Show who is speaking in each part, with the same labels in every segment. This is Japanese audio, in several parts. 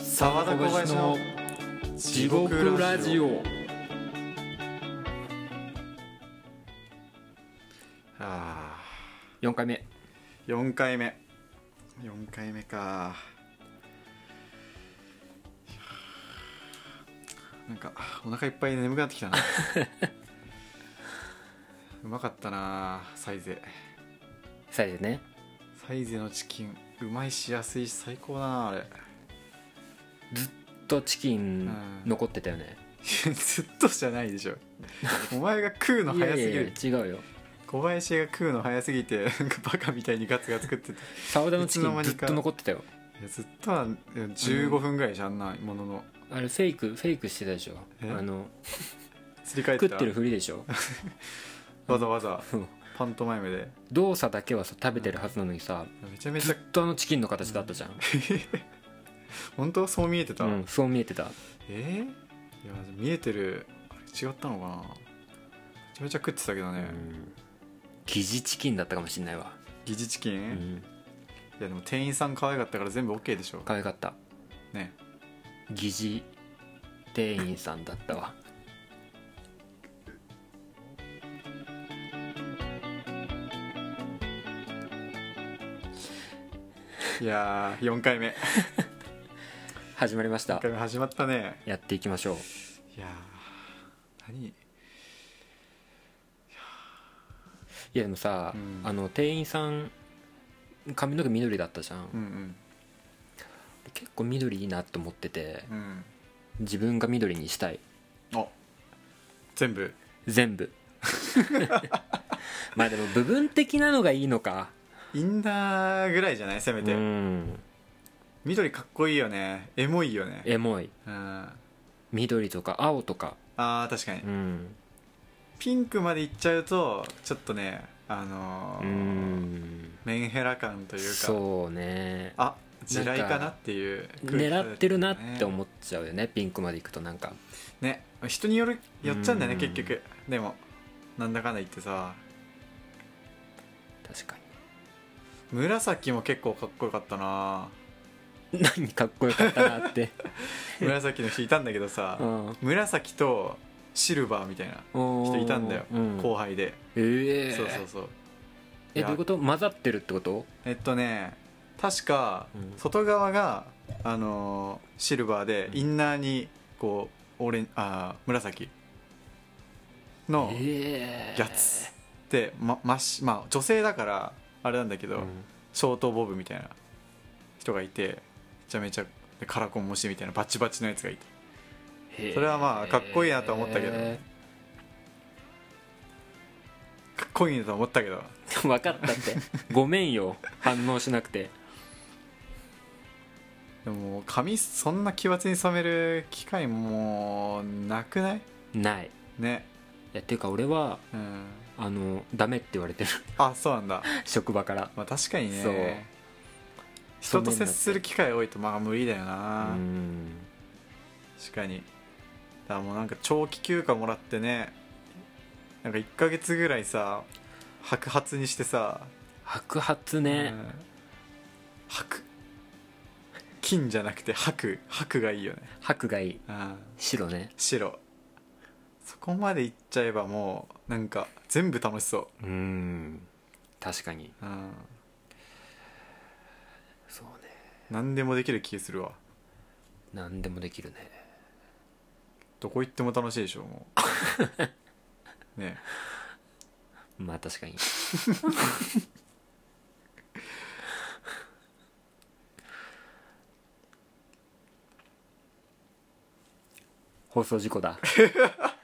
Speaker 1: 沢田小林の
Speaker 2: 地獄ラジオ
Speaker 1: あ
Speaker 2: 4回目
Speaker 1: ー4回目4回目かなんかお腹いっぱい眠くなってきた なうまかったなサイゼ
Speaker 2: サイズね
Speaker 1: サイゼのチキンうまいし安いし最高だなあれ
Speaker 2: とチキン
Speaker 1: うん
Speaker 2: 残ってたよね、
Speaker 1: ずっとじゃないでしょお前が食うの
Speaker 2: い
Speaker 1: 早
Speaker 2: や
Speaker 1: す
Speaker 2: い
Speaker 1: ぎ
Speaker 2: や
Speaker 1: る
Speaker 2: いや違うよ
Speaker 1: 小林が食うの早すぎてなんかバカみたいにガツガツ食ってて
Speaker 2: サウダのチキ
Speaker 1: いつの間
Speaker 2: ン
Speaker 1: に
Speaker 2: ず
Speaker 1: か
Speaker 2: っと残ってたよ
Speaker 1: いやずっとはでも15分ぐらいじゃんあんなものの
Speaker 2: あれフェイクフェイクしてたでしょ
Speaker 1: え
Speaker 2: あの
Speaker 1: すり替え
Speaker 2: 食
Speaker 1: て
Speaker 2: ったてるふりでし ょ
Speaker 1: わざわざ
Speaker 2: うん
Speaker 1: パントマイムで
Speaker 2: 動作だけはさ食べてるはずなのにさ
Speaker 1: めちゃめち
Speaker 2: ず
Speaker 1: ゃ
Speaker 2: っとあのチキンの形だったじゃん、
Speaker 1: 本当そう見えてた、
Speaker 2: うん、そう見えてた
Speaker 1: えー、いや見えてるあれ違ったのかなめちゃめちゃ食ってたけどね
Speaker 2: 疑似チキンだったかもしんないわ、
Speaker 1: 疑似チキン、
Speaker 2: う
Speaker 1: い
Speaker 2: ん、
Speaker 1: やでも店員さん可愛かったから全部 OK でしょ
Speaker 2: 可愛かった
Speaker 1: ね
Speaker 2: 疑似店員さんだったわ
Speaker 1: いやー4回目
Speaker 2: 始まりました
Speaker 1: 4回目始まったね
Speaker 2: やっていきましょう
Speaker 1: いやー何
Speaker 2: いやでもさ、
Speaker 1: うん
Speaker 2: あの店員さん髪の毛緑だったじゃん、
Speaker 1: うん
Speaker 2: 結構緑いいなと思ってて
Speaker 1: うんうん
Speaker 2: 自分が緑にしたい
Speaker 1: あ全部
Speaker 2: 全部まあでも部分的なのがいいのか
Speaker 1: インナーぐらいじゃないせめ
Speaker 2: う
Speaker 1: て、
Speaker 2: ん
Speaker 1: 緑かっこいいよねエモいよね
Speaker 2: エモい
Speaker 1: うんあ
Speaker 2: 緑とか青とか
Speaker 1: あー確かに、
Speaker 2: うん
Speaker 1: ピンクまでいっちゃうとちょっとねあの
Speaker 2: う
Speaker 1: ー
Speaker 2: ん
Speaker 1: メンヘラ感というか
Speaker 2: そうね
Speaker 1: あ地雷か
Speaker 2: な
Speaker 1: なっ
Speaker 2: んか
Speaker 1: ていう
Speaker 2: 狙ってるなって
Speaker 1: う
Speaker 2: 思っちゃうよねピンクまでいくとなんか
Speaker 1: ね人によるよっちゃうんだよね
Speaker 2: うん
Speaker 1: 結局でもなんだかんだ言ってさ
Speaker 2: 確か
Speaker 1: 紫も結構かっこよかった な
Speaker 2: に 何かっこよかったなって
Speaker 1: 紫の人いたんだけどさ、
Speaker 2: うん
Speaker 1: 紫とシルバーみたいな人いたんだよ、
Speaker 2: うん
Speaker 1: 後輩で、
Speaker 2: ええ
Speaker 1: そうそうそう
Speaker 2: え
Speaker 1: いや
Speaker 2: どういうこと混ざってるってこと
Speaker 1: えっとね確か
Speaker 2: うん
Speaker 1: 外側が、あのーシルバーで
Speaker 2: うん
Speaker 1: インナーにこうオレンあー紫の
Speaker 2: ええ
Speaker 1: やつで、まましまあ、女性だからあれなんだけど、
Speaker 2: うん
Speaker 1: ショートボブみたいな人がいてめちゃめちゃでカラコンもしみたいなバチバチのやつがいて
Speaker 2: へえ
Speaker 1: それはまあかっこいいなとは思ったけどかっこいいなと思ったけど
Speaker 2: 分かったってごめんよ反応しなくて
Speaker 1: でももう髪そんな奇抜に染める機会もうなくない
Speaker 2: ないい
Speaker 1: ね
Speaker 2: やっていうか俺は
Speaker 1: うん
Speaker 2: あのダメって言われてる
Speaker 1: あそうなんだ
Speaker 2: 職場から
Speaker 1: まあ確かに
Speaker 2: そう
Speaker 1: ね人と接する機会多いとまあ無理だよ
Speaker 2: う
Speaker 1: な、
Speaker 2: ん
Speaker 1: 確かにだからもうなんか長期休暇もらってねなんか1ヶ月ぐらいさ白髪にしてさ、
Speaker 2: 白髪ね
Speaker 1: うん白金じゃなくて白白がいいよね、
Speaker 2: 白がいい
Speaker 1: うん、
Speaker 2: 白ね
Speaker 1: 白そこまでいっちゃえばもうなんか全部楽しそ
Speaker 2: うん確かに
Speaker 1: う、うん、
Speaker 2: そうね
Speaker 1: 何でもできる気するわ
Speaker 2: 何でもできるね
Speaker 1: どこ行っても楽しいでしょも うね
Speaker 2: まあ確かに 放送事 故だ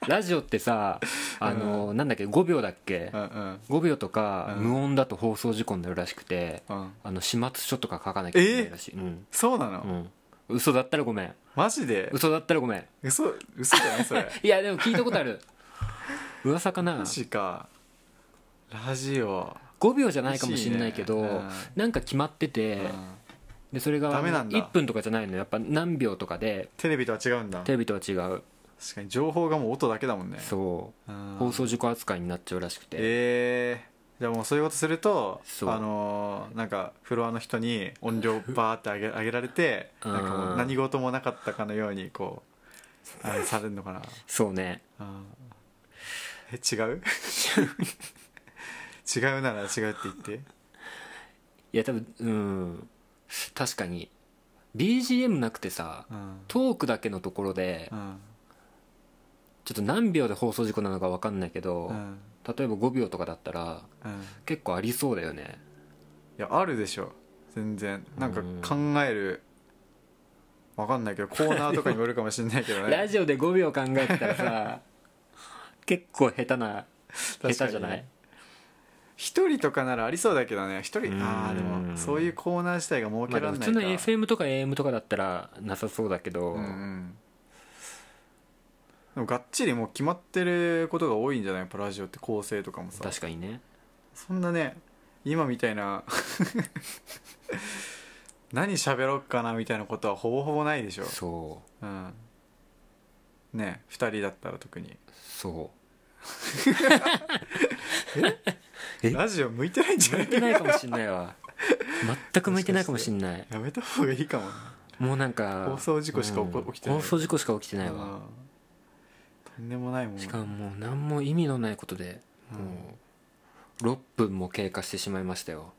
Speaker 2: ラジオってさあの、なんだっけ5秒だっけ
Speaker 1: うんうん
Speaker 2: 5秒とか、
Speaker 1: うん
Speaker 2: 無音だと放送事故になるらしくて
Speaker 1: うん
Speaker 2: あの始末書とか書かなきゃいけないらしい、うん
Speaker 1: そうなの、
Speaker 2: うん嘘だったらごめん
Speaker 1: マジで
Speaker 2: 嘘だったらごめん
Speaker 1: 嘘嘘じゃないそ れ
Speaker 2: いやでも聞いたこと ある噂かな
Speaker 1: マジかラジオ
Speaker 2: 5秒じゃないかもしれないけど
Speaker 1: 嬉しいねうん
Speaker 2: なんか決まってて、
Speaker 1: うん
Speaker 2: でそれが
Speaker 1: ダメなんだ
Speaker 2: 1分とかじゃないのよやっぱ何秒とかで
Speaker 1: テレビとは違うんだ
Speaker 2: テレビとは違う
Speaker 1: 確かに情報がもう音だけだもんね
Speaker 2: そう
Speaker 1: うん
Speaker 2: 放送事故扱いになっちゃうらしくて
Speaker 1: えじゃあもうそういうことすると
Speaker 2: そう
Speaker 1: あのーなんかフロアの人に音量バーって上げ上げられて
Speaker 2: うん
Speaker 1: なんかもう何事もなかったかのようにこうあれされるのかな
Speaker 2: そうね
Speaker 1: あーえ違う 違うなら違うって言って
Speaker 2: いや多分うん確かに BGM なくてさ
Speaker 1: うん
Speaker 2: トークだけのところで
Speaker 1: うん
Speaker 2: ちょっと何秒で放送事故なのか分かんないけど、
Speaker 1: うん
Speaker 2: 例えば5秒とかだったら
Speaker 1: うん
Speaker 2: 結構ありそうだよね
Speaker 1: いやあるでしょ全然なんか考えるわかんないけどコーナーとかにもよるかもしれないけどね
Speaker 2: ラジオで5秒考えてた らさ結構下手な下
Speaker 1: 確か
Speaker 2: 手
Speaker 1: に
Speaker 2: じゃない
Speaker 1: 一人とかならありそうだけどね一人
Speaker 2: うん
Speaker 1: ああでもそういうコーナー自体が設
Speaker 2: ま
Speaker 1: け
Speaker 2: あで
Speaker 1: ら
Speaker 2: も
Speaker 1: れな
Speaker 2: 普通
Speaker 1: いか
Speaker 2: の FM とか AM とかだったらなさそうだけど、
Speaker 1: うんうんでもがっちりもう決まってることが多いんじゃないやっぱラジオって構成とかもさ
Speaker 2: 確かにね
Speaker 1: そんなね今みたいな 何喋ろっかなみたいなことはほぼほぼないでしょ
Speaker 2: そ
Speaker 1: うんね二人だったら特に
Speaker 2: うそうえ
Speaker 1: ラジオ向いてないんじゃな
Speaker 2: 向い
Speaker 1: い
Speaker 2: てないかもしんないわ全く向いてないかもしんない
Speaker 1: やめた方がいいかもね
Speaker 2: もうなんか
Speaker 1: 放送事故しか起こ起きてない
Speaker 2: 放送事故しか起きてないわ
Speaker 1: うんとんでもないもん
Speaker 2: しかももう何も意味のないことでもう6分も経過してしまいましたよ、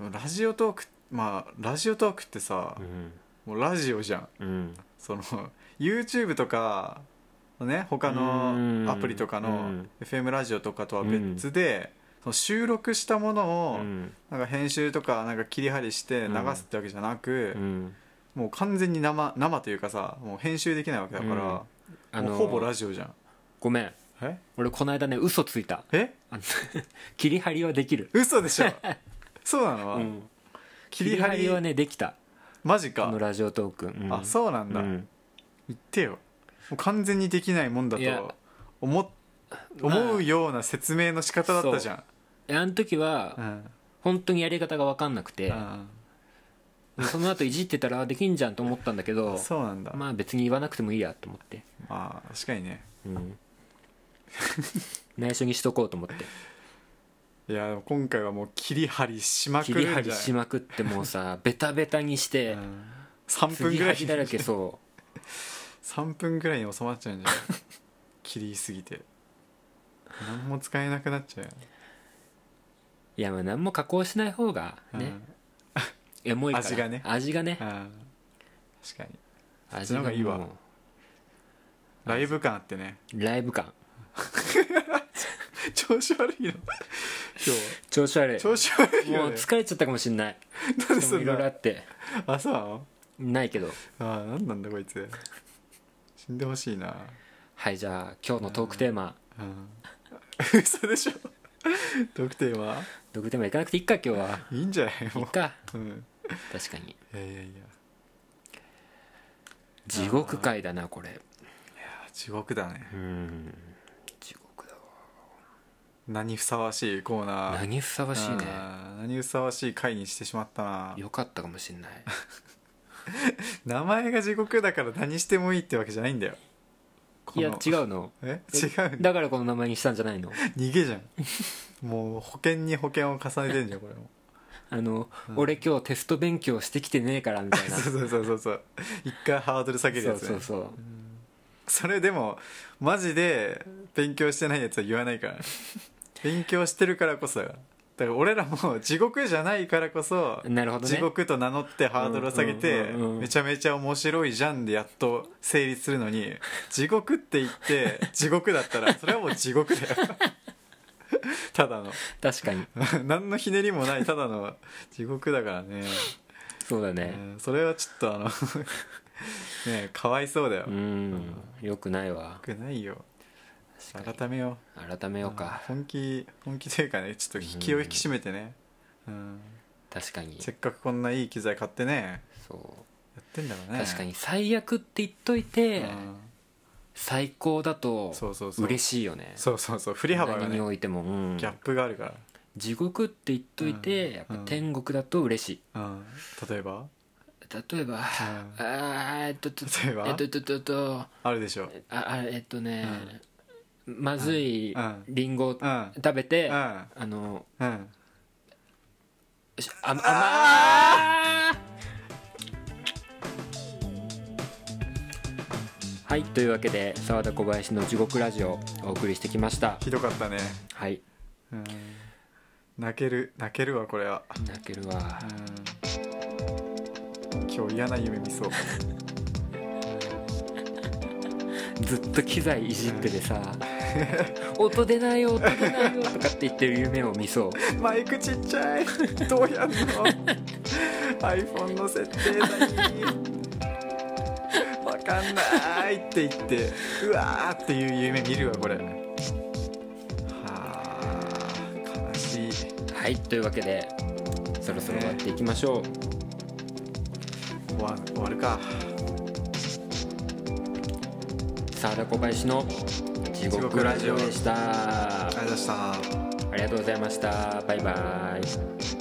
Speaker 1: でもラジオトークまあラジオトークってさ、もうラジオじゃん
Speaker 2: うん
Speaker 1: その YouTube とかね他
Speaker 2: うん
Speaker 1: のアプリとか
Speaker 2: う
Speaker 1: の
Speaker 2: ん
Speaker 1: FM ラジオとかとは別で、その収録したものを、
Speaker 2: うん
Speaker 1: なんか編集とかなんか切り張りして流すってわけじゃなく、
Speaker 2: うん
Speaker 1: もう完全に生生というかさもう編集できないわけだから、
Speaker 2: あ
Speaker 1: も
Speaker 2: の
Speaker 1: うほぼラジオじゃん
Speaker 2: ごめん
Speaker 1: え
Speaker 2: 俺この間ね嘘ついた
Speaker 1: え
Speaker 2: あの切り張りはできる、
Speaker 1: 嘘でしょ そうなの、
Speaker 2: うん
Speaker 1: 切り張り
Speaker 2: はねできた
Speaker 1: マジ
Speaker 2: こ
Speaker 1: か
Speaker 2: のラジオトーク、うん
Speaker 1: あそうなんだ、
Speaker 2: うん
Speaker 1: 言ってよもう完全にできないもんだ
Speaker 2: いや
Speaker 1: と思っ
Speaker 2: まあ
Speaker 1: 思うような説明の仕方だったじゃん、
Speaker 2: あの時は
Speaker 1: うん
Speaker 2: 本当にやり方が分かんなくて
Speaker 1: うん
Speaker 2: その後いじってたらあできんじゃんと思ったんだけど
Speaker 1: そうなんだ、ま
Speaker 2: まあ別に言わなくてもいいやと思って、
Speaker 1: あ確かにね
Speaker 2: うん内緒にしとこうと思って
Speaker 1: いやでも今回はもう切り張りしまく
Speaker 2: 切
Speaker 1: るん
Speaker 2: り
Speaker 1: じゃな
Speaker 2: 張
Speaker 1: い
Speaker 2: りしまくっても うさベタベタにして
Speaker 1: うん3
Speaker 2: 切
Speaker 1: 分
Speaker 2: り
Speaker 1: ぐら
Speaker 2: 張
Speaker 1: い
Speaker 2: りだらけそ
Speaker 1: 3分ぐらいに収まっちゃうんじゃない 切りすぎて何も使えなくなっちゃうよ
Speaker 2: ういやまあ何も加工しない方がね、いやもういいから
Speaker 1: 味がね
Speaker 2: 味がね
Speaker 1: うんうん確かに
Speaker 2: 味
Speaker 1: そっちの方がいいわ
Speaker 2: もう
Speaker 1: ライブ感あってね
Speaker 2: ライブ感
Speaker 1: 調子悪いの今
Speaker 2: 調子悪い
Speaker 1: 日調子悪い
Speaker 2: も
Speaker 1: よ
Speaker 2: う
Speaker 1: ね
Speaker 2: 疲れちゃったかもしんない
Speaker 1: なんで
Speaker 2: で
Speaker 1: そ
Speaker 2: もい
Speaker 1: ん
Speaker 2: ろいろあ
Speaker 1: な
Speaker 2: って
Speaker 1: あそうなの
Speaker 2: ないけど
Speaker 1: ああ何なんだこいつ死んでほしいな
Speaker 2: はいじゃあ今日のトークテーマ
Speaker 1: うん 嘘でしょ特定は
Speaker 2: トークテーマいかなくていいか今日はい
Speaker 1: いんじゃない
Speaker 2: い
Speaker 1: も
Speaker 2: っか
Speaker 1: う、うん、
Speaker 2: 確かに
Speaker 1: いやいやいや
Speaker 2: 地獄界だなこれ
Speaker 1: あ地獄だね
Speaker 2: うん地獄だわ
Speaker 1: 何ふさわしいコーナー
Speaker 2: 何ふさわしいね
Speaker 1: あー何ふさわしい回にしてしまったな
Speaker 2: よかったかもしんない
Speaker 1: 名前が地獄だから何してもいいってわけじゃないんだよ
Speaker 2: いや
Speaker 1: この
Speaker 2: 違うの
Speaker 1: え 違うんだ
Speaker 2: だからこの名前にしたんじゃないの
Speaker 1: 逃げじゃんもう保険に保険を重ねてんじゃんこれも
Speaker 2: あの俺今日テスト勉強してきてねえからみたい な
Speaker 1: そうそうそうそうそう一回ハードル下げる
Speaker 2: そ
Speaker 1: や
Speaker 2: う
Speaker 1: つ、ね、
Speaker 2: そうそう
Speaker 1: それでもマジで勉強してないやつは言わない からね勉強してるからこそだからだから俺らも地獄じゃないからこそ、
Speaker 2: なるほどね
Speaker 1: 地獄と名乗ってハードルを下げて、
Speaker 2: うんうんうんうん
Speaker 1: めちゃめちゃ面白いじゃんでやっと成立するのに地獄って言って地獄だったらそれはもう地獄だ よただの
Speaker 2: 確かに
Speaker 1: 何のひねりもないただの地獄だからね、
Speaker 2: そうだね
Speaker 1: うんそれはちょっとあの ねえかわいそうだよ、
Speaker 2: うんよくないわ
Speaker 1: よくないよ
Speaker 2: 確かに
Speaker 1: 改めよう
Speaker 2: 改めよう
Speaker 1: あ
Speaker 2: か
Speaker 1: ー本気本気というかねちょっと気を引き締めてね、うん、
Speaker 2: 確かに
Speaker 1: せっかくこんないい機材買ってね
Speaker 2: そう
Speaker 1: やってんだからね
Speaker 2: 確かに最悪って言っといて
Speaker 1: うん
Speaker 2: 最高だと
Speaker 1: そうそうそう
Speaker 2: 嬉しいよね
Speaker 1: そうそうそう振り幅が
Speaker 2: 何
Speaker 1: ね
Speaker 2: においても、うん
Speaker 1: ギャップがあるか
Speaker 2: 地獄って言っといて、
Speaker 1: うん
Speaker 2: やっぱ天国だと嬉しい
Speaker 1: ら、うん、例えば
Speaker 2: 例えば、あーえっとと
Speaker 1: 例えば
Speaker 2: っとととと
Speaker 1: あるでしょ
Speaker 2: ああえっとね、まずい
Speaker 1: うん
Speaker 2: リンゴ
Speaker 1: うん
Speaker 2: 食べて、
Speaker 1: うん
Speaker 2: あの
Speaker 1: うん
Speaker 2: し甘甘はいというわけで澤田小林の地獄ラジオをお送りしてきました
Speaker 1: ひどかったね
Speaker 2: はい
Speaker 1: うん泣ける泣けるわこれは
Speaker 2: 泣けるわ
Speaker 1: うん今日嫌な夢見そう
Speaker 2: ずっと機材いじって てさ「音出ないよ音出ないよ」とかって言ってる夢を見そう
Speaker 1: マイクちっちゃい どうやんの iPhone の設定何わかんないって言ってうわーっていう夢見るわこれはあ悲しい
Speaker 2: はいというわけでそろそろ終わっていきましょう、
Speaker 1: 終わ終わるか
Speaker 2: 沢田小林の地獄ラジオでした
Speaker 1: ありがとうございました
Speaker 2: ありがとうございましたバイバイ